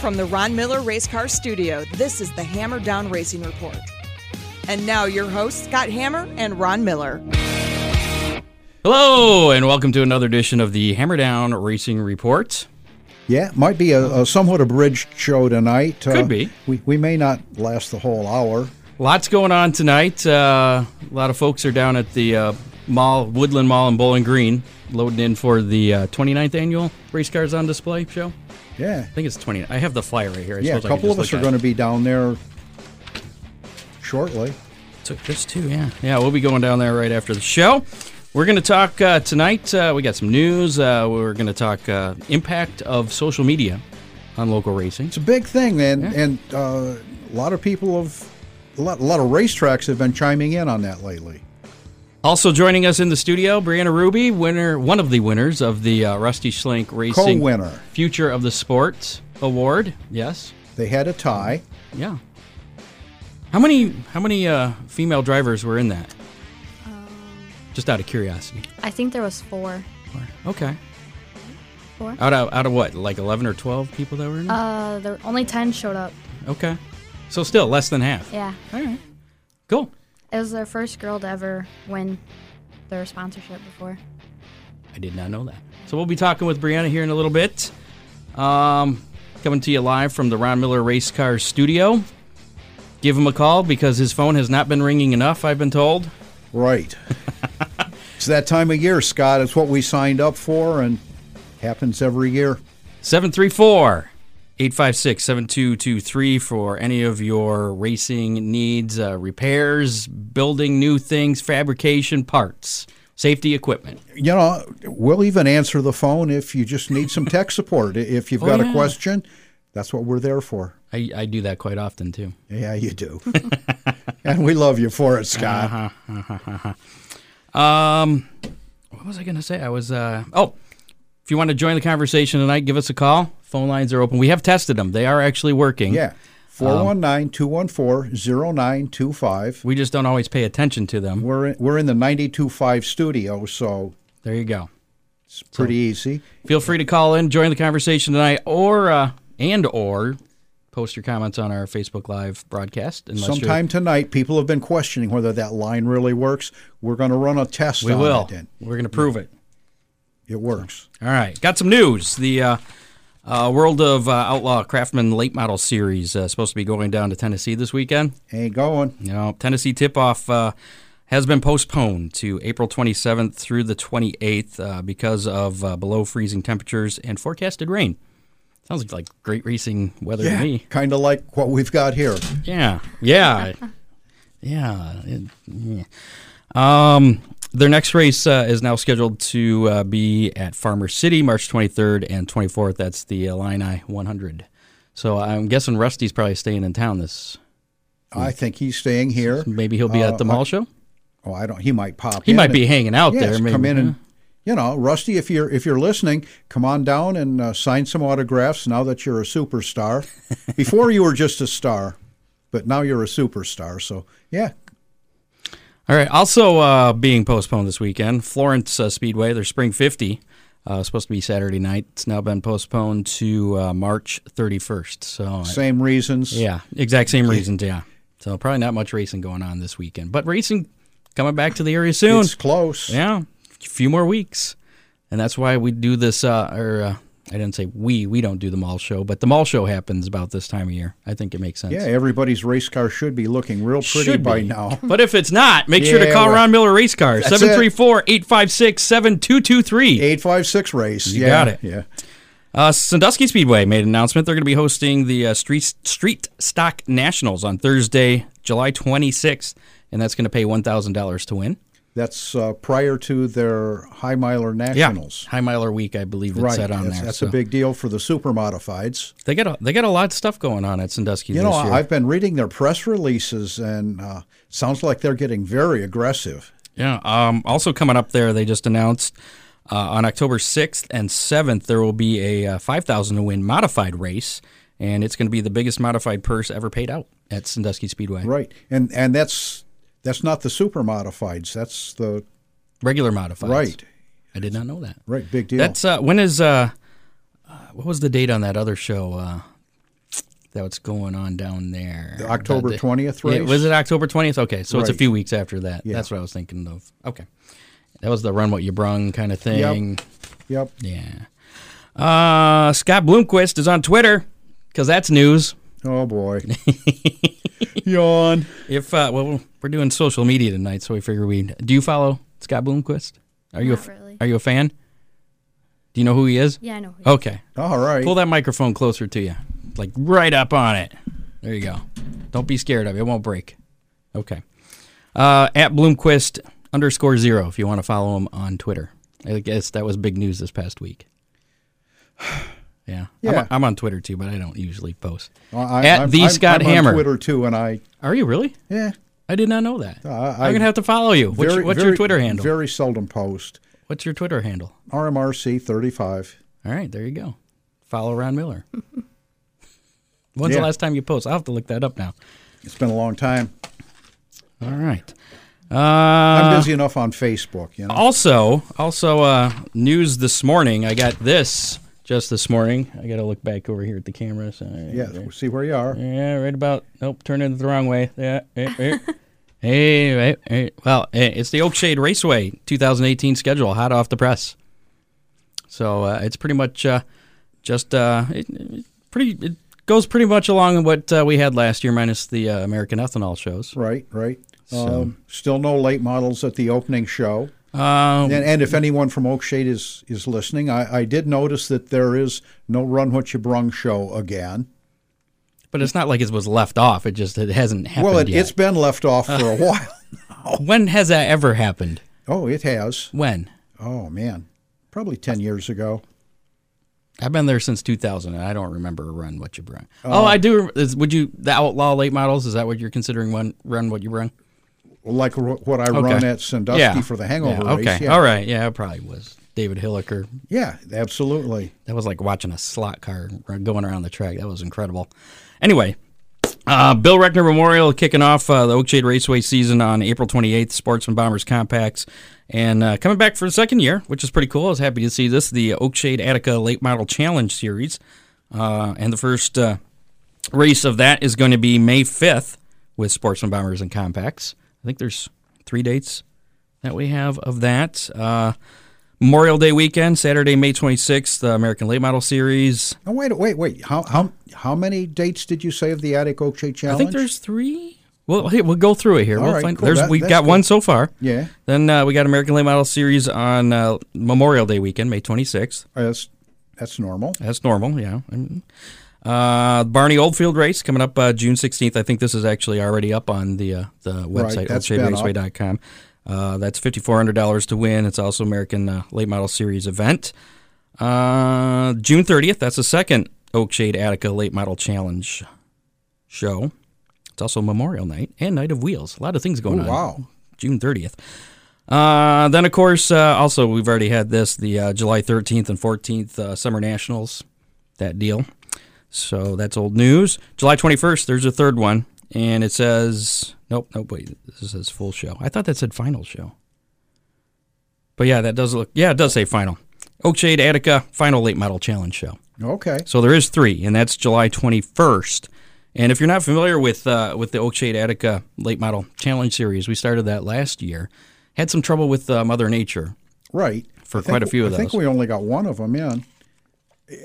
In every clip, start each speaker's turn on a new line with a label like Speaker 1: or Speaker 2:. Speaker 1: From the Ron Miller Race Car Studio, this is the Hammer Down Racing Report. And now your hosts, Scott Hammer and Ron Miller.
Speaker 2: Hello, and welcome to another edition of the Hammer Down Racing Report.
Speaker 3: Yeah, might be a, a somewhat abridged show tonight. Uh,
Speaker 2: Could be.
Speaker 3: We, we may not last the whole hour.
Speaker 2: Lots going on tonight. Uh, a lot of folks are down at the uh, mall, Woodland Mall in Bowling Green, loading in for the uh, 29th annual Race Cars on Display show.
Speaker 3: Yeah.
Speaker 2: I think it's 20. I have the flyer right here. I
Speaker 3: Yeah, a
Speaker 2: suppose I could
Speaker 3: couple of
Speaker 2: just
Speaker 3: us
Speaker 2: look
Speaker 3: are
Speaker 2: at
Speaker 3: going
Speaker 2: it.
Speaker 3: to be down there shortly.
Speaker 2: So just two, yeah. Yeah, we'll be going down there right after the show. We're going to talk uh, tonight. Uh, we got some news. Uh, we're going to talk uh, impact of social media on local racing.
Speaker 3: It's a big thing, and, and uh, a lot of people have, a lot, a lot of racetracks have been chiming in on that lately.
Speaker 2: Also joining us in the studio, Brianna Ruby, winner, one of the winners of the uh, Rusty Slink Racing
Speaker 3: Co-winner.
Speaker 2: Future of the Sport Award. Yes,
Speaker 3: They had a tie.
Speaker 2: yeah. How many how many uh, female drivers were in that?
Speaker 4: Um,
Speaker 2: Just out of curiosity.
Speaker 4: I think there was four.
Speaker 2: Okay.
Speaker 4: Four?
Speaker 2: Out of out of what? Like eleven or twelve people that were in it.
Speaker 4: Uh, there only ten showed up.
Speaker 2: okay. So still less than half.
Speaker 4: Yeah,
Speaker 2: All right. Cool.
Speaker 4: it was their first girl to ever win their sponsorship before.
Speaker 2: I did not know that. So we'll be talking with Brianna here in a little bit. Um, coming to you live from the Ron Miller Race Car Studio. Give him a call because his phone has not been ringing enough. I've been told.
Speaker 3: Right. it's that time of year, Scott. It's what we signed up for and happens every year.
Speaker 2: 734 856 7223 for any of your racing needs, uh, repairs, building new things, fabrication parts, safety equipment.
Speaker 3: you know, we'll even answer the phone if you just need some tech support. If you've got
Speaker 2: Oh, yeah.
Speaker 3: a question, that's what we're there for.
Speaker 2: I, I do that quite often too.
Speaker 3: Yeah, you do. and we love you for it, Scott.
Speaker 2: Uh-huh. Um, what was I going to say? I was. Uh, oh, if you want to join the conversation tonight, give us a call. Phone lines are open. We have tested them; they are actually working.
Speaker 3: Yeah. 419 214 0925.
Speaker 2: we just don't always pay attention to them.
Speaker 3: We're in, we're in the 925 studio, so
Speaker 2: There you go.
Speaker 3: it's pretty easy.
Speaker 2: Feel free to call in, join the conversation tonight, or uh, and or post your comments on our Facebook Live broadcast. Unless you're-
Speaker 3: Sometime tonight, people have been questioning whether that line really works. We're going to run a test
Speaker 2: we
Speaker 3: on
Speaker 2: will.
Speaker 3: it, and
Speaker 2: We're going to prove it.
Speaker 3: it works.
Speaker 2: All right, got some news. The uh, uh, World of uh, Outlaw Craftsman Late Model Series uh, supposed to be going down to Tennessee this weekend.
Speaker 3: Ain't going.
Speaker 2: You know, Tennessee tip-off uh, has been postponed to April 27th through the 28th uh, because of uh, below freezing temperatures and forecasted rain. Sounds like great racing weather to me.
Speaker 3: Kind of like what we've got here.
Speaker 2: Yeah, yeah, yeah. It- yeah. Um, their next race uh, is now scheduled to uh, be at Farmer City, March 23rd and 24th. That's the Illini 100. So I'm guessing Rusty's probably staying in town. This
Speaker 3: I think he's staying here.
Speaker 2: maybe he'll be
Speaker 3: Uh,
Speaker 2: at the mall show.
Speaker 3: Oh, I don't. He might pop.
Speaker 2: He
Speaker 3: in
Speaker 2: might
Speaker 3: and-
Speaker 2: be hanging out
Speaker 3: yes,
Speaker 2: there. Maybe,
Speaker 3: come in
Speaker 2: yeah.
Speaker 3: and you know, Rusty. If you're if you're listening, come on down and uh, sign some autographs. Now that you're a superstar, before you were just a star, but now you're a superstar. So yeah,
Speaker 2: All right. Also uh, being postponed this weekend, Florence uh, Speedway, their Spring 50, uh, supposed to be Saturday night. It's now been postponed to uh, March 31st. So, uh,
Speaker 3: same reasons.
Speaker 2: yeah, exact same reasons. Yeah. So, probably not much racing going on this weekend, but racing coming back to the area soon.
Speaker 3: it's close.
Speaker 2: yeah. A few more weeks. And that's why we do this, uh, or uh, I didn't say we, we don't do the mall show, but the mall show happens about this time of year. I think it makes sense.
Speaker 3: Yeah, everybody's race car should be looking real pretty
Speaker 2: Should
Speaker 3: by
Speaker 2: be.
Speaker 3: now.
Speaker 2: But if it's not, make sure to
Speaker 3: Yeah,
Speaker 2: call
Speaker 3: well,
Speaker 2: Ron Miller Race Cars,
Speaker 3: that's
Speaker 2: 734 856 7223.
Speaker 3: Eight five six race.
Speaker 2: You
Speaker 3: yeah,
Speaker 2: got it.
Speaker 3: Yeah.
Speaker 2: Uh, Sandusky Speedway made an announcement. They're going to be hosting the uh, Street, Street Stock Nationals on Thursday, July 26th, and that's going to pay $1,000 to win.
Speaker 3: That's uh, prior to their high miler nationals.
Speaker 2: High Miler Week, I believe it
Speaker 3: Right.
Speaker 2: said on
Speaker 3: that's
Speaker 2: there.
Speaker 3: that's
Speaker 2: so.
Speaker 3: a big deal for the super modifieds.
Speaker 2: They got a, they got a lot of stuff going on at Sandusky
Speaker 3: You
Speaker 2: this
Speaker 3: know,
Speaker 2: year.
Speaker 3: I've been reading their press releases, and uh, sounds like they're getting very aggressive.
Speaker 2: Yeah. Um, also coming up there, they just announced uh, on October 6th and 7th, there will be a uh, 5,000 to win modified race, and it's going to be the biggest modified purse ever paid out at Sandusky Speedway.
Speaker 3: Right, and and that's that's not the super modifieds. That's the
Speaker 2: Regular modified.
Speaker 3: right,
Speaker 2: I did not know that.
Speaker 3: right, big deal.
Speaker 2: That's uh, when is uh, uh, what was the date on that other show? Uh, that what's going on down there?
Speaker 3: October
Speaker 2: The- the-
Speaker 3: 20th
Speaker 2: Yeah,
Speaker 3: race?
Speaker 2: was it October 20th? Okay, so it's a
Speaker 3: Right.
Speaker 2: few weeks after that.
Speaker 3: Yeah.
Speaker 2: That's what I was thinking of. Okay. That was the run what you brung kind of thing.
Speaker 3: Yep.
Speaker 2: Yeah. Uh, Scott Bloomquist is on Twitter because that's news.
Speaker 3: Oh boy. Yawn.
Speaker 2: If uh, well, we're doing social media tonight, so we figure we do. You follow Scott Bloomquist? Are you a, f-
Speaker 4: Not really.
Speaker 2: Are you a fan? Do you know who he is?
Speaker 4: Yeah, I know. who you-
Speaker 2: Okay,
Speaker 3: All right.
Speaker 2: pull that microphone closer to you, like right up on it. There you go. Don't be scared of it; it won't break. Okay. Uh, at Bloomquist underscore zero, if you want to follow him on Twitter. I guess that was big news this past week. Yeah,
Speaker 3: Yeah.
Speaker 2: I'm, I'm on Twitter too, but I don't usually post.
Speaker 3: I- I-
Speaker 2: at
Speaker 3: I'm-
Speaker 2: the
Speaker 3: I'm-
Speaker 2: Scott
Speaker 3: I'm
Speaker 2: Hammer.
Speaker 3: on Twitter too, and I
Speaker 2: Are you really?
Speaker 3: yeah.
Speaker 2: I did not know that.
Speaker 3: Uh, I-
Speaker 2: I'm gonna have to follow you. What's,
Speaker 3: very-
Speaker 2: your, what's
Speaker 3: very-
Speaker 2: your Twitter handle?
Speaker 3: Very seldom post.
Speaker 2: what's your Twitter handle?
Speaker 3: RMRC thirty five.
Speaker 2: All right, there you go. Follow Ron Miller. When's
Speaker 3: Yeah.
Speaker 2: the last time you post? I'll have to look that up now.
Speaker 3: It's been a long time.
Speaker 2: All right.
Speaker 3: I'm
Speaker 2: Uh,
Speaker 3: busy enough on Facebook, you know.
Speaker 2: also, also uh, news this morning. I got this just this morning. I got to look back over here at the camera. So,
Speaker 3: Yeah, we'll see where you are.
Speaker 2: Yeah, right about. Nope, turned it the wrong way. Yeah. eh, eh. hey, right, right. Well, eh, it's the Oakshade Raceway 2018 schedule, hot off the press. So uh, it's pretty much uh, just uh, it, it pretty. It goes pretty much along what uh, we had last year, minus the uh, American Ethanol shows.
Speaker 3: Right, right.
Speaker 2: So-
Speaker 3: Um, still no late models at the opening show.
Speaker 2: Um,
Speaker 3: And, and if anyone from Oakshade is is listening, I, I did notice that there is no Run What You Brung show again.
Speaker 2: but it's not like it was left off. It just it hasn't happened
Speaker 3: Well, it,
Speaker 2: yet.
Speaker 3: it's been left off for a while.
Speaker 2: when has that ever happened?
Speaker 3: Oh, it has.
Speaker 2: When?
Speaker 3: Oh man, probably ten years ago.
Speaker 2: I've been there since 2000, and I don't remember Run What You Brung. Oh, I do. rem- Is, would you the Outlaw Late Models? Is that what you're considering? One Run What You Brung?
Speaker 3: Like ro- what I run at Sandusky for the Hangover
Speaker 2: Yeah,
Speaker 3: race.
Speaker 2: okay.
Speaker 3: Yeah.
Speaker 2: All right. Yeah, it probably was David Hilliker.
Speaker 3: yeah, absolutely.
Speaker 2: That was like watching a slot car run- going around the track. That was incredible. Anyway, uh, Bill Reckner Memorial kicking off uh, the Oakshade Raceway season on April 28th, Sportsman Bombers Compacts. And uh, coming back for the second year, which is pretty cool. I was happy to see this, the Oakshade Attica Late Model Challenge Series. Uh, and the first uh, race of that is going to be May 5th with Sportsman Bombers and Compacts. I think there's three dates that we have of that. Uh, Memorial Day weekend, Saturday, May 26th, the American Late Model Series.
Speaker 3: Oh wait, wait, wait. How how how many dates did you say of the Attic Oakshade Challenge?
Speaker 2: I think there's three. Well, hey, we'll go through it here.
Speaker 3: All
Speaker 2: we'll
Speaker 3: right,
Speaker 2: find,
Speaker 3: cool.
Speaker 2: There's
Speaker 3: That-
Speaker 2: we've
Speaker 3: that's
Speaker 2: got
Speaker 3: good.
Speaker 2: one so far.
Speaker 3: yeah.
Speaker 2: Then uh, we got American Late Model Series on uh, Memorial Day weekend, May 26th.
Speaker 3: Oh, That's that's normal.
Speaker 2: That's normal, yeah. Mm. Uh, Barney Oldfield race coming up uh, June 16th. I think this is actually already up on the uh, the website
Speaker 3: that's been up.
Speaker 2: oakshaderaceway.com. Uh, that's fifty four hundred dollars to win. It's also American uh, Late Model Series event. Uh, June 30th. That's the second Oakshade Attica Late Model Challenge show. It's also Memorial Night and Night of Wheels. A lot of things going
Speaker 3: Oh,
Speaker 2: on.
Speaker 3: wow.
Speaker 2: June 30th. Uh, then, of course, uh, also we've already had this the uh, July 13th and 14th uh, Summer Nationals, that deal. So that's old news. July 21st, there's a third one, and it says nope, nope. Wait, this says full show. I thought that said final show. But yeah, that does look. Yeah, it does say final. Oakshade Attica Final Late Model Challenge Show.
Speaker 3: Okay.
Speaker 2: So there is three, and that's July 21st. And if you're not familiar with uh, with the Oakshade Attica Late Model Challenge Series, we started that last year. Had some trouble with uh, Mother Nature.
Speaker 3: Right.
Speaker 2: For
Speaker 3: I
Speaker 2: quite a few of
Speaker 3: I think
Speaker 2: those. Oh,
Speaker 3: we only got one of them in.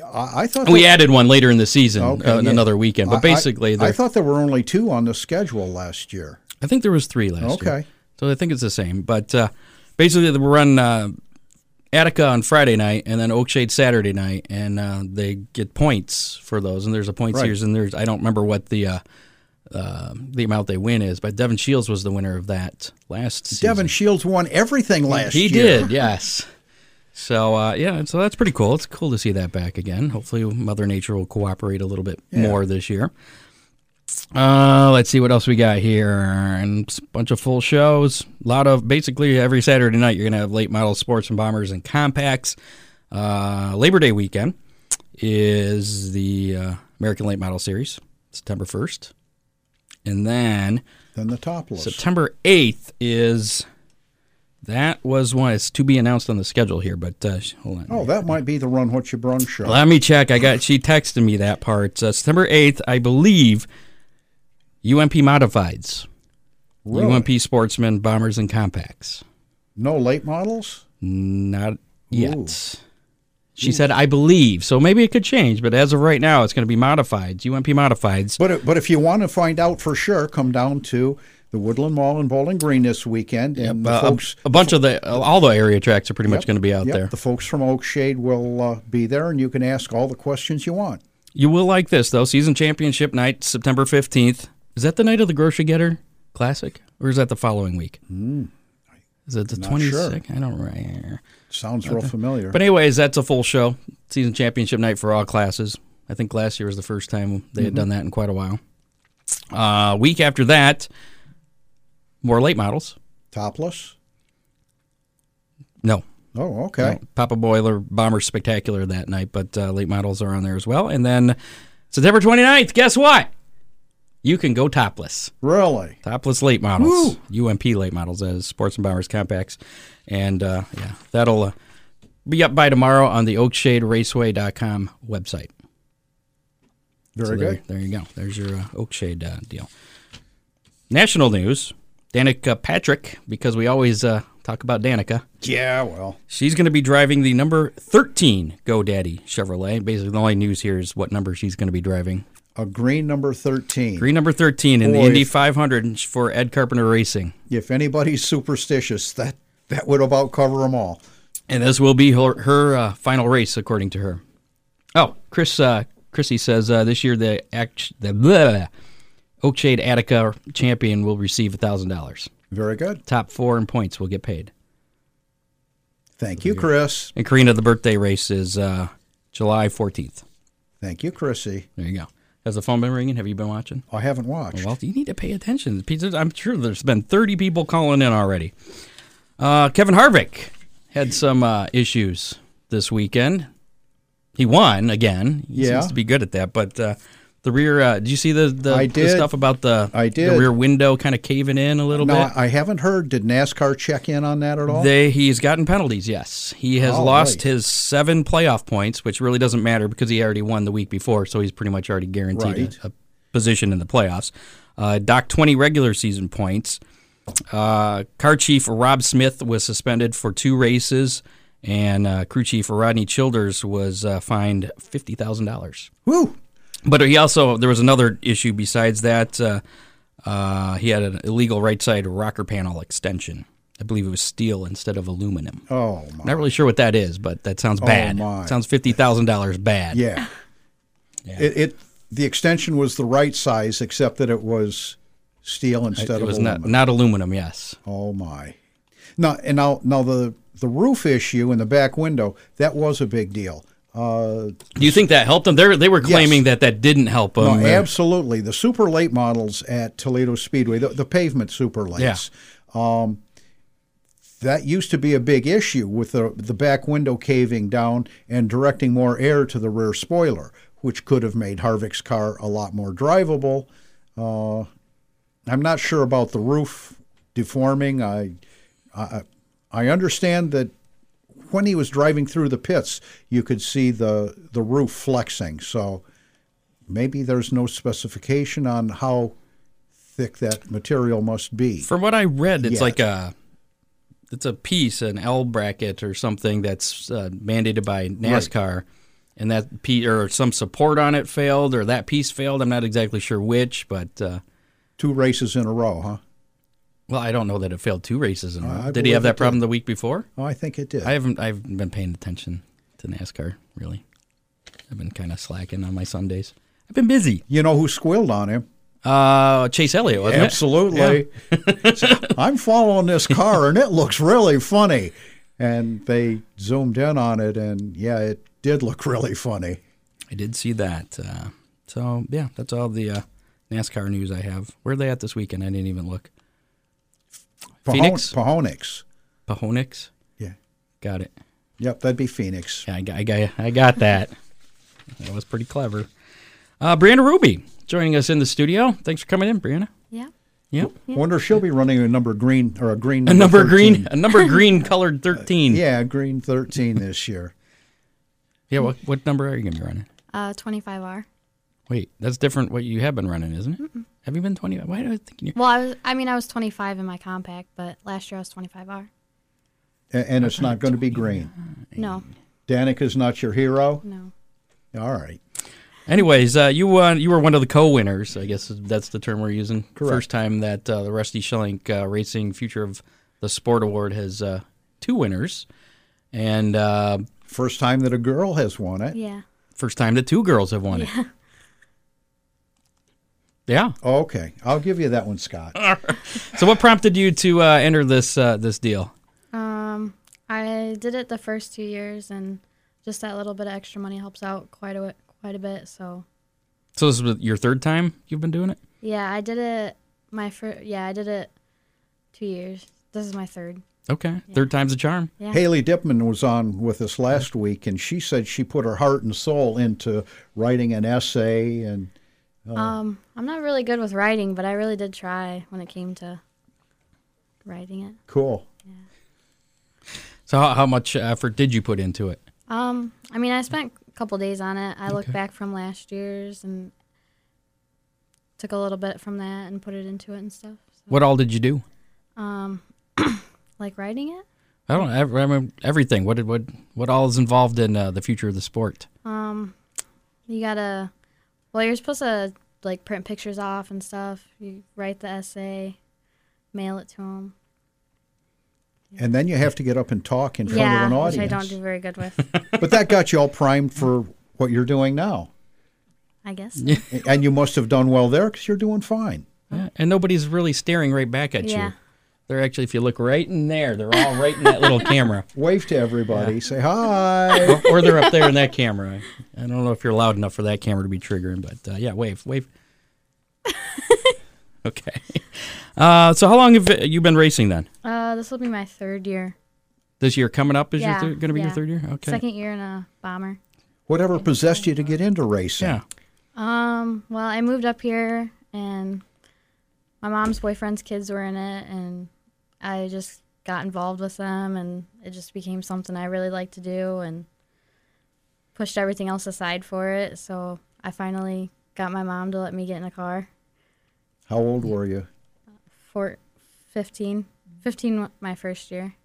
Speaker 3: I, I thought
Speaker 2: We
Speaker 3: that-
Speaker 2: added one later in the season,
Speaker 3: Okay,
Speaker 2: uh,
Speaker 3: yeah.
Speaker 2: another weekend.
Speaker 3: I-
Speaker 2: But
Speaker 3: I-
Speaker 2: basically,
Speaker 3: I,
Speaker 2: there-
Speaker 3: thought there were only two on the schedule last year.
Speaker 2: I think there was three last year.
Speaker 3: Okay.
Speaker 2: So I think it's the same. But uh, basically, we run uh, Attica on Friday night and then Oakshade Saturday night, and uh, they get points for those. And there's a point
Speaker 3: Right.
Speaker 2: series, and there's I don't remember what the uh, uh, the amount they win is, but Devin Shields was the winner of that last season.
Speaker 3: Devin Shields won everything last
Speaker 2: he
Speaker 3: year.
Speaker 2: did, yes. So uh, yeah, so that's pretty cool. It's cool to see that back again. Hopefully, Mother Nature will cooperate a little bit more this year. Uh, let's see what else we got here. And s- bunch of full shows. A lot of basically every Saturday night you're gonna have late model sports and bombers and compacts. Uh, Labor Day weekend is the uh, American Late Model Series, September first, and then
Speaker 3: Then the top list.
Speaker 2: September 8th is That was one. It's to be announced on the schedule here, but uh, sh- hold on.
Speaker 3: Oh, that might be the Run What You Brung show.
Speaker 2: Let me check. I got. She texted me that part. Uh, September eighth, I believe. UMP modifieds,
Speaker 3: Really?
Speaker 2: UMP sportsmen, bombers, and compacts.
Speaker 3: No late models?
Speaker 2: Not yet. She said, "I believe." So maybe it could change, but as of right now, it's going to be modifieds, UMP modifieds.
Speaker 3: But it- but if you want to find out for sure, come down to the Woodland Mall in Bowling Green this weekend, and the
Speaker 2: Uh, a-
Speaker 3: folks
Speaker 2: a, bunch of the all the area tracks are pretty much
Speaker 3: Yep,
Speaker 2: going to be out
Speaker 3: yep,
Speaker 2: there.
Speaker 3: The folks from Oakshade will uh, be there, and you can ask all the questions you want.
Speaker 2: You will like this though. Season championship night, September fifteenth. Is that the night of the grocery getter classic, or is that the following week? Is it the
Speaker 3: Hmm. Not
Speaker 2: twenty
Speaker 3: sure.
Speaker 2: sixth? I don't know.
Speaker 3: Sounds real familiar.
Speaker 2: But anyways, that's a full show. Season championship night for all classes. I think last year was the first time they
Speaker 3: Mm-hmm.
Speaker 2: had done that in quite a while. Uh, week after that, more late models.
Speaker 3: Topless?
Speaker 2: No,
Speaker 3: Oh, okay.
Speaker 2: No, Papa Boiler Bomber Spectacular that night, but uh, late models are on there as well. And then September 29th, guess what? You can go topless.
Speaker 3: Really?
Speaker 2: Topless late models. UMP late models as Sports and Bombers Compacts. And uh, yeah, that'll uh, be up by tomorrow on the oakshaderaceway.com website.
Speaker 3: Very
Speaker 2: So
Speaker 3: good.
Speaker 2: there, there you go. There's your uh, Oakshade uh, deal. National news Danica Patrick, because we always uh, talk about Danica.
Speaker 3: Yeah, well,
Speaker 2: She's going to be driving the number 13 GoDaddy Chevrolet. Basically, the only news here is what number she's going to be driving.
Speaker 3: a green number 13.
Speaker 2: Green number 13 in the
Speaker 3: Boy.
Speaker 2: Indy 500 for Ed Carpenter Racing.
Speaker 3: If anybody's superstitious, that, that would about cover them all.
Speaker 2: And this will be her, her uh, final race, according to her. Oh, Chris uh, Chrissy says uh, this year the, act, the bleh, Oakshade Attica champion will receive $1,000.
Speaker 3: Very good.
Speaker 2: Top four in points will get paid.
Speaker 3: Thank you, Chris.
Speaker 2: And Karina, the birthday race is uh, July 14th.
Speaker 3: Thank you, Chrissy.
Speaker 2: There you go. Has the phone been ringing? Have you been watching?
Speaker 3: I haven't watched.
Speaker 2: Well, you need to pay attention. Pete, I'm sure there's been 30 people calling in already. Uh, Kevin Harvick had some uh, issues this weekend. He won again. He
Speaker 3: Yeah.
Speaker 2: seems to be good at that. But uh, the rear, uh, did you see the, the,
Speaker 3: I
Speaker 2: the
Speaker 3: did.
Speaker 2: stuff about the,
Speaker 3: I
Speaker 2: the
Speaker 3: did.
Speaker 2: rear window kind of caving in a little
Speaker 3: No,
Speaker 2: bit?
Speaker 3: I haven't heard. Did NASCAR check in on that at all?
Speaker 2: They, he's gotten penalties, yes. He has
Speaker 3: All
Speaker 2: lost
Speaker 3: right.
Speaker 2: his seven playoff points, which really doesn't matter because he already won the week before, so he's pretty much already guaranteed a-
Speaker 3: Right.
Speaker 2: a, position in the playoffs. Uh, docked 20 regular season points. Uh, car chief Rob Smith was suspended for two races, and uh, crew chief Rodney Childers was uh, fined $50,000.
Speaker 3: Woo!
Speaker 2: But he also there was another issue besides that. Uh, uh, he had an illegal right side rocker panel extension. I believe it was steel instead of aluminum.
Speaker 3: Oh, my.
Speaker 2: Not really sure what that is, but that sounds bad.
Speaker 3: my.
Speaker 2: Sounds fifty thousand dollars bad.
Speaker 3: Yeah. It, it the extension was the right size, except that it was steel instead
Speaker 2: it
Speaker 3: of
Speaker 2: was
Speaker 3: aluminum.
Speaker 2: not not aluminum. Yes,
Speaker 3: oh my! Now and now now the the roof issue in the back window that was a big deal. Uh,
Speaker 2: do you think that helped them? They they were claiming that that didn't help them.
Speaker 3: no,
Speaker 2: or-
Speaker 3: absolutely, the super late models at Toledo Speedway, the, the pavement super lates.
Speaker 2: Yeah.
Speaker 3: that used to be a big issue with the, the back window caving down and directing more air to the rear spoiler, which could have made Harvick's car a lot more drivable. Uh, I'm not sure about the roof deforming. I, I, I understand that when he was driving through the pits, you could see the, the roof flexing. So maybe there's no specification on how thick that material must be.
Speaker 2: From what I read, it's
Speaker 3: Yeah.
Speaker 2: like a it's a piece, an L bracket or something that's uh, mandated by NASCAR, and that piece or some support on it failed or that piece failed. I'm not exactly sure which, but uh,
Speaker 3: Two races in a row, huh?
Speaker 2: well, I don't know that it failed two races in a row.
Speaker 3: I
Speaker 2: Did he have
Speaker 3: believe it
Speaker 2: that problem the week before?
Speaker 3: Oh, I think it did.
Speaker 2: I haven't. I haven't been paying attention to NASCAR really. I've been kind of slacking on my Sundays. I've been busy.
Speaker 3: You know who squealed on him?
Speaker 2: Uh, Chase Elliott, wasn't it?
Speaker 3: Absolutely. I'm following this car and it looks really funny. And they zoomed in on it and yeah, it did look really funny.
Speaker 2: I did see that. Uh, so yeah, that's all the uh, NASCAR news I have. Where are they at this weekend? I didn't even look.
Speaker 3: Pahon-
Speaker 2: Phoenix?
Speaker 3: Pahonix.
Speaker 2: Pahonix,
Speaker 3: Yeah.
Speaker 2: got it.
Speaker 3: Yep, that'd be Phoenix.
Speaker 2: Yeah, I got, I got, I got that. that was pretty clever. Uh, Brianna Ruby joining us in the studio. Thanks for coming in, Brianna.
Speaker 4: Yeah.
Speaker 2: Yep.
Speaker 3: Wonder if she'll be running a number green or a green
Speaker 2: A number green,
Speaker 3: 13.
Speaker 2: a number green colored 13.
Speaker 3: Yeah, green thirteen this year.
Speaker 2: Yeah, what, what number are you going to be running?
Speaker 4: Uh, 25R.
Speaker 2: Wait, that's different what you have been running, isn't it? Have you been 20? Why do I think you're.
Speaker 4: Well, I was. I mean, I was 25 in my compact, but last year I was 25R.
Speaker 3: A- And it's not going to be green.
Speaker 4: No,
Speaker 3: Danica's not your hero.
Speaker 4: no.
Speaker 3: All right.
Speaker 2: Anyways, uh, you won, you were one of the co-winners. I guess that's the term we're using.
Speaker 3: Correct.
Speaker 2: First time that uh, the Rusty Schilling uh, Racing Future of the Sport Award has uh, two winners, and uh,
Speaker 3: First time that a girl has won it.
Speaker 4: Yeah.
Speaker 2: first time that two girls have won it. Yeah.
Speaker 3: Okay, I'll give you that one, Scott.
Speaker 2: So, what prompted you to uh, enter this uh, this deal?
Speaker 4: Um, I did it the first two years, and just that little bit of extra money helps out quite a quite a bit. So
Speaker 2: So, this is your third time you've been doing it.
Speaker 4: yeah, I did it. My first. Yeah, I did it two years. This is my third.
Speaker 2: Okay, third time's a charm.
Speaker 4: Yeah.
Speaker 3: Haley Dipman was on with us last week, and she said she put her heart and soul into writing an essay and
Speaker 4: Um, I'm not really good with writing, but I really did try when it came to writing it.
Speaker 3: cool.
Speaker 2: So, how, how much effort did you put into it?
Speaker 4: Um, I mean, I spent a couple days on it. I looked back from last year's and took a little bit from that and put it into it and stuff. So,
Speaker 2: What all did you do?
Speaker 4: um, like writing it.
Speaker 2: I don't. I remember everything. What did what what all is involved in uh, the future of the sport?
Speaker 4: Um, you gotta. Well, you're supposed to like print pictures off and stuff. You write the essay, mail it to them.
Speaker 3: And then you have to get up and talk in front
Speaker 4: yeah,
Speaker 3: of an
Speaker 4: which I
Speaker 3: audience.
Speaker 4: don't do very good with.
Speaker 3: But that got you all primed for what you're doing now.
Speaker 4: I guess.
Speaker 3: And you must have done well there because you're doing fine.
Speaker 2: Yeah, and nobody's really staring right back at
Speaker 4: Yeah.
Speaker 2: you. They're actually, if you look right in there, they're all right in that little camera,
Speaker 3: Wave to everybody, say hi.
Speaker 2: or, or they're up there in that camera. I don't know if you're loud enough for that camera to be triggering, but uh, yeah, wave, wave. okay. Uh, so, how long have you been racing then?
Speaker 4: Uh, this will be my third year.
Speaker 2: This year coming up is
Speaker 4: Yeah,
Speaker 2: your going to be your
Speaker 4: yeah.
Speaker 2: third year. Okay.
Speaker 4: Second year in a bomber.
Speaker 3: Whatever possessed you to get into racing?
Speaker 2: Yeah.
Speaker 4: Um, well, I moved up here and my mom's boyfriend's kids were in it and I just got involved with them and it just became something I really liked to do and pushed everything else aside for it. So I finally got my mom to let me get in a car.
Speaker 3: How old were you?
Speaker 4: For 15, 15 wa- my first year,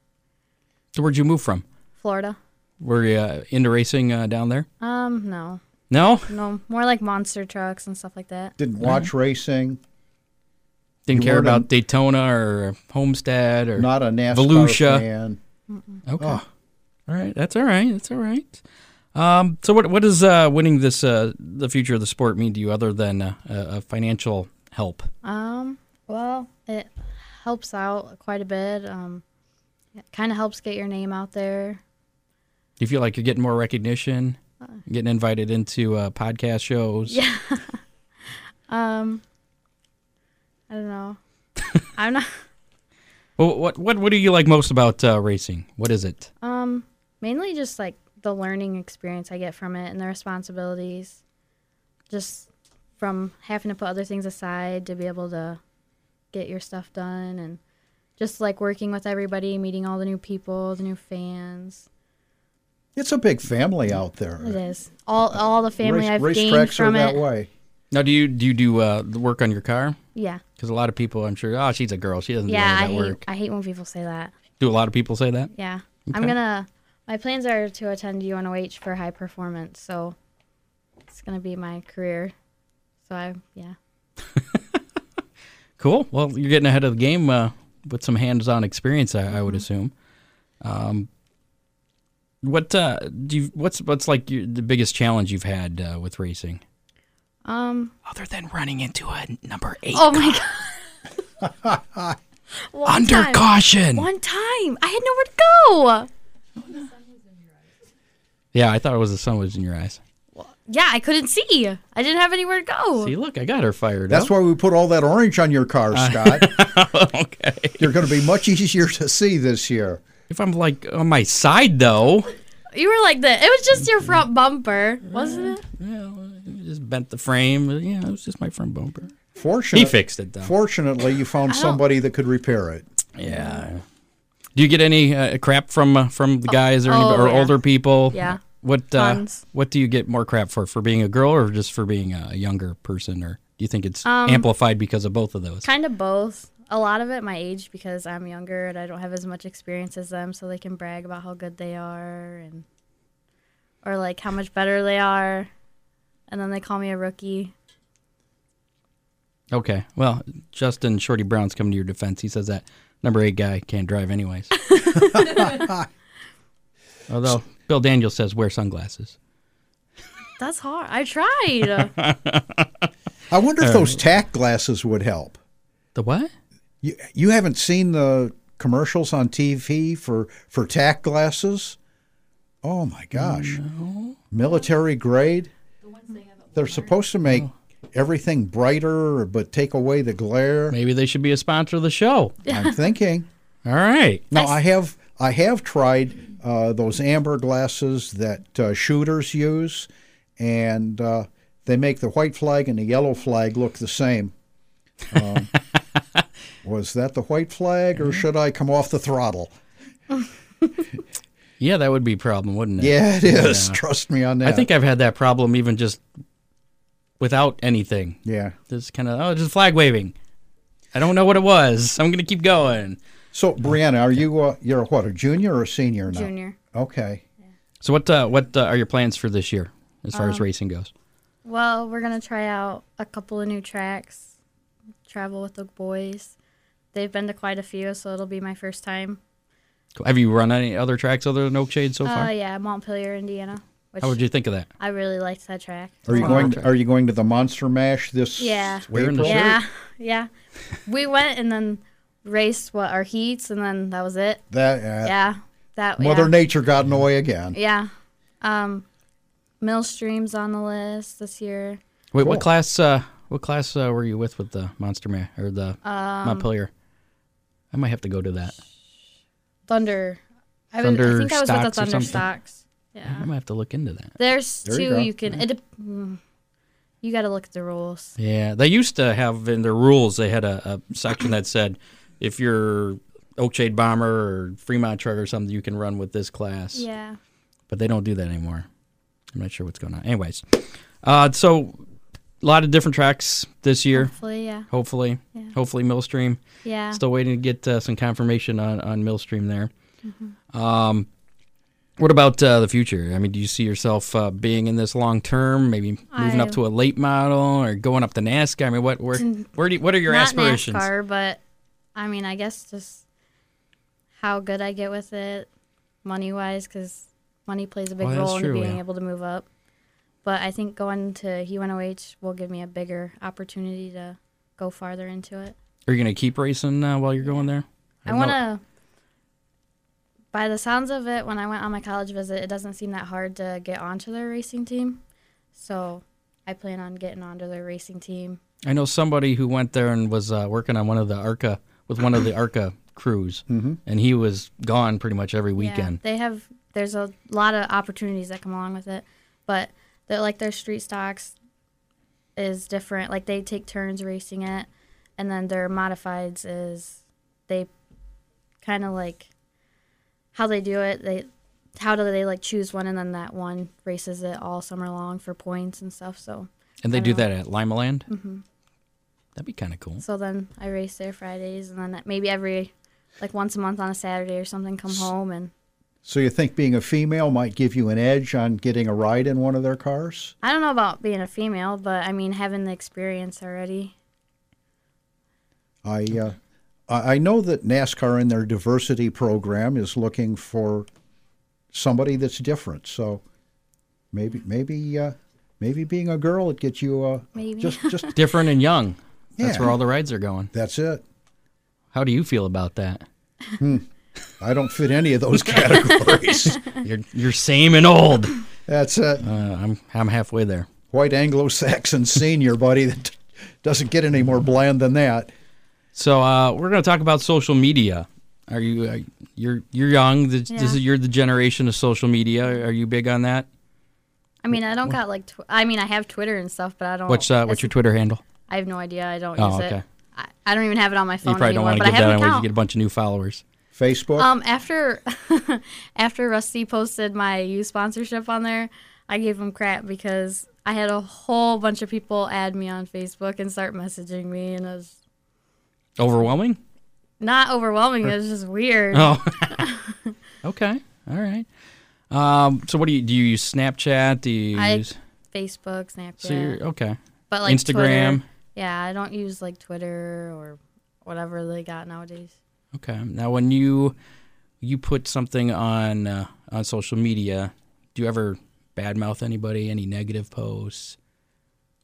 Speaker 2: So, where'd you move from?
Speaker 4: Florida.
Speaker 2: Were you uh, into racing uh, down there?
Speaker 4: Um, no,
Speaker 2: No,
Speaker 4: no, more like monster trucks and stuff like that.
Speaker 3: Didn't watch racing.
Speaker 2: didn't
Speaker 3: You
Speaker 2: care
Speaker 3: weren't
Speaker 2: about
Speaker 3: a-
Speaker 2: Daytona or Homestead or
Speaker 3: Not oh. a NASCAR
Speaker 2: Volusia.
Speaker 3: fan.
Speaker 2: Okay. All right. That's all right. That's all right. Um, so what what does uh, winning this uh, the future of the sport mean to you other than uh, a a financial help?
Speaker 4: Um, well, it helps out quite a bit. Um, it kind of helps get your name out there.
Speaker 2: Do you feel like you're getting more recognition,
Speaker 4: Uh.
Speaker 2: getting invited into uh, podcast shows? Yeah.
Speaker 4: Um, I don't know. I'm not.
Speaker 2: Well, what what what do you like most about uh, racing? What is it?
Speaker 4: Um, mainly just like the learning experience I get from it and the responsibilities, just from having to put other things aside to be able to get your stuff done and just like working with everybody, meeting all the new people, the new fans.
Speaker 3: It's a big family out there.
Speaker 4: It is all all the family
Speaker 3: Race-
Speaker 4: I've gained
Speaker 3: racetracks are
Speaker 4: from
Speaker 3: that
Speaker 4: it.
Speaker 3: way.
Speaker 2: Now, do you do you do uh, the work on your car?
Speaker 4: Yeah.
Speaker 2: Because a lot of people, I'm sure, oh, she's a girl. She doesn't
Speaker 4: Yeah,
Speaker 2: do
Speaker 4: I
Speaker 2: any of that
Speaker 4: hate,
Speaker 2: work.
Speaker 4: I hate when people say that.
Speaker 2: Do a lot of people say that?
Speaker 4: Yeah. I'm gonna my plans are to attend UNOH for high performance, so it's gonna be my career. So I yeah.
Speaker 2: Cool. Well, you're getting ahead of the game uh, with some hands-on experience, I, I would
Speaker 4: Mm-hmm.
Speaker 2: assume. Um, what uh, do you? What's what's like your, the biggest challenge you've had uh, with racing,
Speaker 4: Um
Speaker 2: other than running into a number eight
Speaker 4: Oh my god. One
Speaker 2: under
Speaker 4: time,
Speaker 2: caution?
Speaker 4: one time I had nowhere to go.
Speaker 2: Yeah, I thought it was the sun was in your eyes.
Speaker 4: Yeah, I couldn't see. I didn't have anywhere to go.
Speaker 2: See, look, I got her fired
Speaker 3: That's
Speaker 2: up.
Speaker 3: why we put all that orange on your car,
Speaker 2: Uh,
Speaker 3: Scott.
Speaker 2: okay.
Speaker 3: You're going to be much easier to see this year.
Speaker 2: If I'm like on my side though,
Speaker 4: You were like that. It was just your front bumper, wasn't it?
Speaker 2: yeah, just bent the frame. Yeah, it was just my front bumper.
Speaker 3: Fortunately,
Speaker 2: He fixed it though.
Speaker 3: Fortunately, you found
Speaker 4: don't-
Speaker 3: somebody that could repair it.
Speaker 2: yeah. Do you get any uh, crap from uh, from the guys or any,
Speaker 4: oh,
Speaker 2: or
Speaker 4: yeah.
Speaker 2: older people?
Speaker 4: Yeah.
Speaker 2: What uh,
Speaker 4: Tons.
Speaker 2: what do you get more crap for? For being a girl or just for being a younger person? Or do you think it's
Speaker 4: Um,
Speaker 2: amplified because of both of those?
Speaker 4: Kind of both. A lot of it my age because I'm younger and I don't have as much experience as them, so they can brag about how good they are and or like how much better they are. And then they call me a rookie.
Speaker 2: Okay. Well, Justin Shorty Brown's coming to your defense. He says that number eight guy can't drive anyways. Although Bill Daniels says wear sunglasses.
Speaker 4: That's hard. I tried. uh,
Speaker 3: I wonder
Speaker 2: Uh,
Speaker 3: if those tack glasses would help.
Speaker 2: The what?
Speaker 3: You you haven't seen the commercials on TV for for tack glasses? Oh my gosh. Military grade? They're supposed to make everything brighter but take away the glare.
Speaker 2: Maybe they should be a sponsor of the show.
Speaker 3: I'm thinking.
Speaker 2: All right.
Speaker 3: Now I have I have tried uh, those amber glasses that uh, shooters use, and uh, they make the white flag and the yellow flag look the same. Um, was that the white flag, or should I come off the throttle?
Speaker 2: Yeah, that would be a problem, wouldn't it?
Speaker 3: Yeah, it is. Trust me on that.
Speaker 2: I think I've had that problem even just without anything.
Speaker 3: yeah.
Speaker 2: Just kind of, oh, just flag waving. I don't know what it was. I'm going to keep going.
Speaker 3: So Brianna, are you uh, you're what a junior or a senior now?
Speaker 4: Junior.
Speaker 3: Okay.
Speaker 2: So, what uh, what uh, are your plans for this year as far as racing goes?
Speaker 4: Well, we're gonna try out a couple of new tracks, travel with the boys. They've been to quite a few, so it'll be my first time.
Speaker 2: Cool. Have you run any other tracks other than Oakshade so
Speaker 4: Oh
Speaker 2: far?
Speaker 4: yeah, Montpelier, Indiana, which
Speaker 2: How would you think of that?
Speaker 4: I really liked that track.
Speaker 3: Are you going? Are you going to the Monster Mash this?
Speaker 4: Yeah.
Speaker 2: We're in the
Speaker 3: April?
Speaker 2: shirt.
Speaker 4: Yeah, yeah. We went and then raced what our heats, and then that was it.
Speaker 3: That uh,
Speaker 4: Yeah, that
Speaker 3: Mother
Speaker 4: yeah.
Speaker 3: Nature got in the way again.
Speaker 4: Yeah, um, Millstream's on the list this year.
Speaker 2: Wait, what
Speaker 3: Cool.
Speaker 2: class? Uh, what class uh, were you with with the Monster Man or the Montpelier? I might have to go to that.
Speaker 4: Thunder. I, would, I think I was with
Speaker 2: Thunderstocks
Speaker 4: the
Speaker 2: or
Speaker 4: Thunder
Speaker 2: something. Mm-hmm.
Speaker 4: Stocks.
Speaker 2: I
Speaker 4: Yeah.
Speaker 2: might have to look into that.
Speaker 4: There's
Speaker 3: There you
Speaker 4: two
Speaker 3: go.
Speaker 4: you, can. It, dep- mm, you got to look at the rules.
Speaker 2: Yeah, they used to have in their rules. They had a, a section that said if you're Oakshade Bomber or Fremont Truck or something, you can run with this class.
Speaker 4: Yeah.
Speaker 2: but they don't do that anymore. I'm not sure what's going on. Anyways, uh, so a lot of different tracks this year.
Speaker 4: Hopefully, yeah.
Speaker 2: Hopefully, hopefully Millstream.
Speaker 4: Yeah.
Speaker 2: Still waiting to get uh, some confirmation on on Millstream there.
Speaker 4: Mm-hmm.
Speaker 2: Um, what about uh, the future? I mean, do you see yourself uh, being in this long term? Maybe moving up
Speaker 4: I-
Speaker 2: to a late model or going up to NASCAR. I mean, what where where do you, what are your
Speaker 4: Not
Speaker 2: aspirations?
Speaker 4: NASCAR, but I mean, I guess just how good I get with it, money wise, because money plays a big
Speaker 2: Oh, that's
Speaker 4: role in
Speaker 2: true,
Speaker 4: being
Speaker 2: yeah.
Speaker 4: able to move up. But I think going to UNOH will give me a bigger opportunity to go farther into it.
Speaker 2: Are you going to keep racing uh, while you're going there?
Speaker 4: I
Speaker 2: know-
Speaker 4: want to. By the sounds of it, when I went on my college visit, it doesn't seem that hard to get onto their racing team. So I plan on getting onto their racing team.
Speaker 2: I know somebody who went there and was uh, working on one of the Arca with one of the Arca crews, and he was gone pretty much every
Speaker 4: Yeah,
Speaker 2: weekend.
Speaker 4: they have. There's a lot of opportunities that come along with it, but they're like their street stocks is different. Like they take turns racing it, and then their modifieds is they kind of like how they do it. They how do they like choose one, and then that one races it all summer long for points and stuff. So
Speaker 2: And they do that at Lima Land. Mm-hmm. That'd be kind of cool.
Speaker 4: so then I race there Fridays, and then maybe every like once a month on a Saturday or something, come home and
Speaker 3: So you think being a female might give you an edge on getting a ride in one of their cars?
Speaker 4: I don't know about being a female, but I mean having the experience already.
Speaker 3: I uh, I I know that NASCAR in their diversity program is looking for somebody that's different. So maybe maybe uh, maybe being a girl it gets you uh,
Speaker 4: Maybe.
Speaker 3: just just
Speaker 2: Different and young. That's
Speaker 3: Yeah.
Speaker 2: where all the rides are going.
Speaker 3: that's it.
Speaker 2: How do you feel about that?
Speaker 3: I don't fit any of those categories.
Speaker 2: You're you're same and old.
Speaker 3: that's it.
Speaker 2: Uh, I'm I'm halfway there.
Speaker 3: White Anglo-Saxon senior buddy that doesn't get any more bland than that.
Speaker 2: So uh, we're going to talk about social media. Are you uh, you're you're young? This, this is
Speaker 4: Yeah.
Speaker 2: you're the generation of social media. Are you big on that?
Speaker 4: I mean, I don't got like. Tw- I mean, I have Twitter and stuff, but I don't.
Speaker 2: What's uh,
Speaker 4: Oh, it's
Speaker 2: what's your Twitter handle?
Speaker 4: I have no idea. I don't
Speaker 2: Oh,
Speaker 4: use
Speaker 2: okay.
Speaker 4: it. I, I don't even have it on my
Speaker 2: You
Speaker 4: phone
Speaker 2: probably don't
Speaker 4: anymore.
Speaker 2: want to
Speaker 4: but I
Speaker 2: give
Speaker 4: have
Speaker 2: that
Speaker 4: an
Speaker 2: away. You
Speaker 4: account.
Speaker 2: get a bunch of new followers.
Speaker 3: Facebook.
Speaker 4: Um, after after Rusty posted my U sponsorship on there, I gave him crap because I had a whole bunch of people add me on Facebook and start messaging me, and it was
Speaker 2: Overwhelming?
Speaker 4: not overwhelming. It was just weird.
Speaker 2: Oh. okay. All right. Um, so what do you do? You use Snapchat? Do you
Speaker 4: I-
Speaker 2: use
Speaker 4: Facebook, Snapchat,
Speaker 2: so you're, okay?
Speaker 4: but like
Speaker 2: Instagram.
Speaker 4: Twitter- yeah, I don't use like Twitter or whatever they got nowadays.
Speaker 2: Okay. Now, when you you put something on uh, on social media, do you ever badmouth anybody? Any negative posts?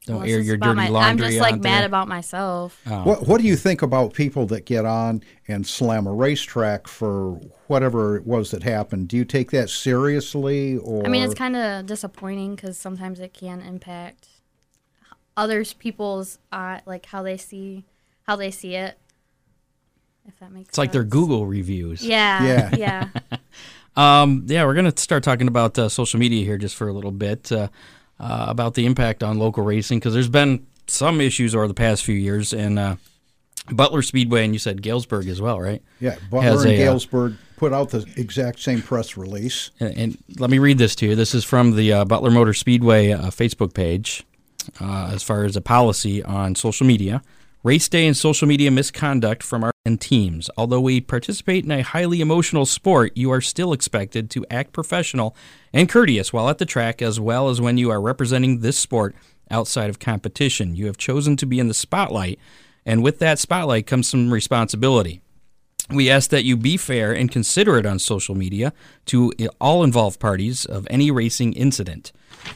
Speaker 2: Don't
Speaker 4: Unless
Speaker 2: air
Speaker 4: it's
Speaker 2: your
Speaker 4: Oh, about
Speaker 2: dirty
Speaker 4: my- I'm
Speaker 2: laundry
Speaker 4: just like
Speaker 2: on
Speaker 4: mad
Speaker 2: there.
Speaker 4: about myself.
Speaker 3: What What do you think about people that get on and slam a racetrack for whatever it was that happened? Do you take that seriously, or
Speaker 4: I mean,
Speaker 2: Oh.
Speaker 4: it's kind of disappointing because sometimes it can impact others people's uh, like how they see how they see it. If that makes
Speaker 2: It's like their
Speaker 4: sense.
Speaker 2: Google reviews.
Speaker 4: Yeah,
Speaker 3: Yeah.
Speaker 4: yeah,
Speaker 2: Um, yeah, we're going to start talking about uh, social media here just for a little bit uh, uh, about the impact on local racing because there's been some issues over the past few years, and uh, Butler Speedway and you said Galesburg as well, right?
Speaker 3: yeah, Butler
Speaker 2: has
Speaker 3: and
Speaker 2: a, uh,
Speaker 3: Galesburg put out the exact same press release.
Speaker 2: And, and let me read this to you. This is from the uh, Butler Motor Speedway uh, Facebook page uh, as far as a policy on social media. Race day and social media misconduct from our and teams. Although we participate in a highly emotional sport, you are still expected to act professional and courteous while at the track, as well as when you are representing this sport outside of competition. You have chosen to be in the spotlight, and with that spotlight comes some responsibility. We ask that you be fair and considerate on social media to all involved parties of any racing incident.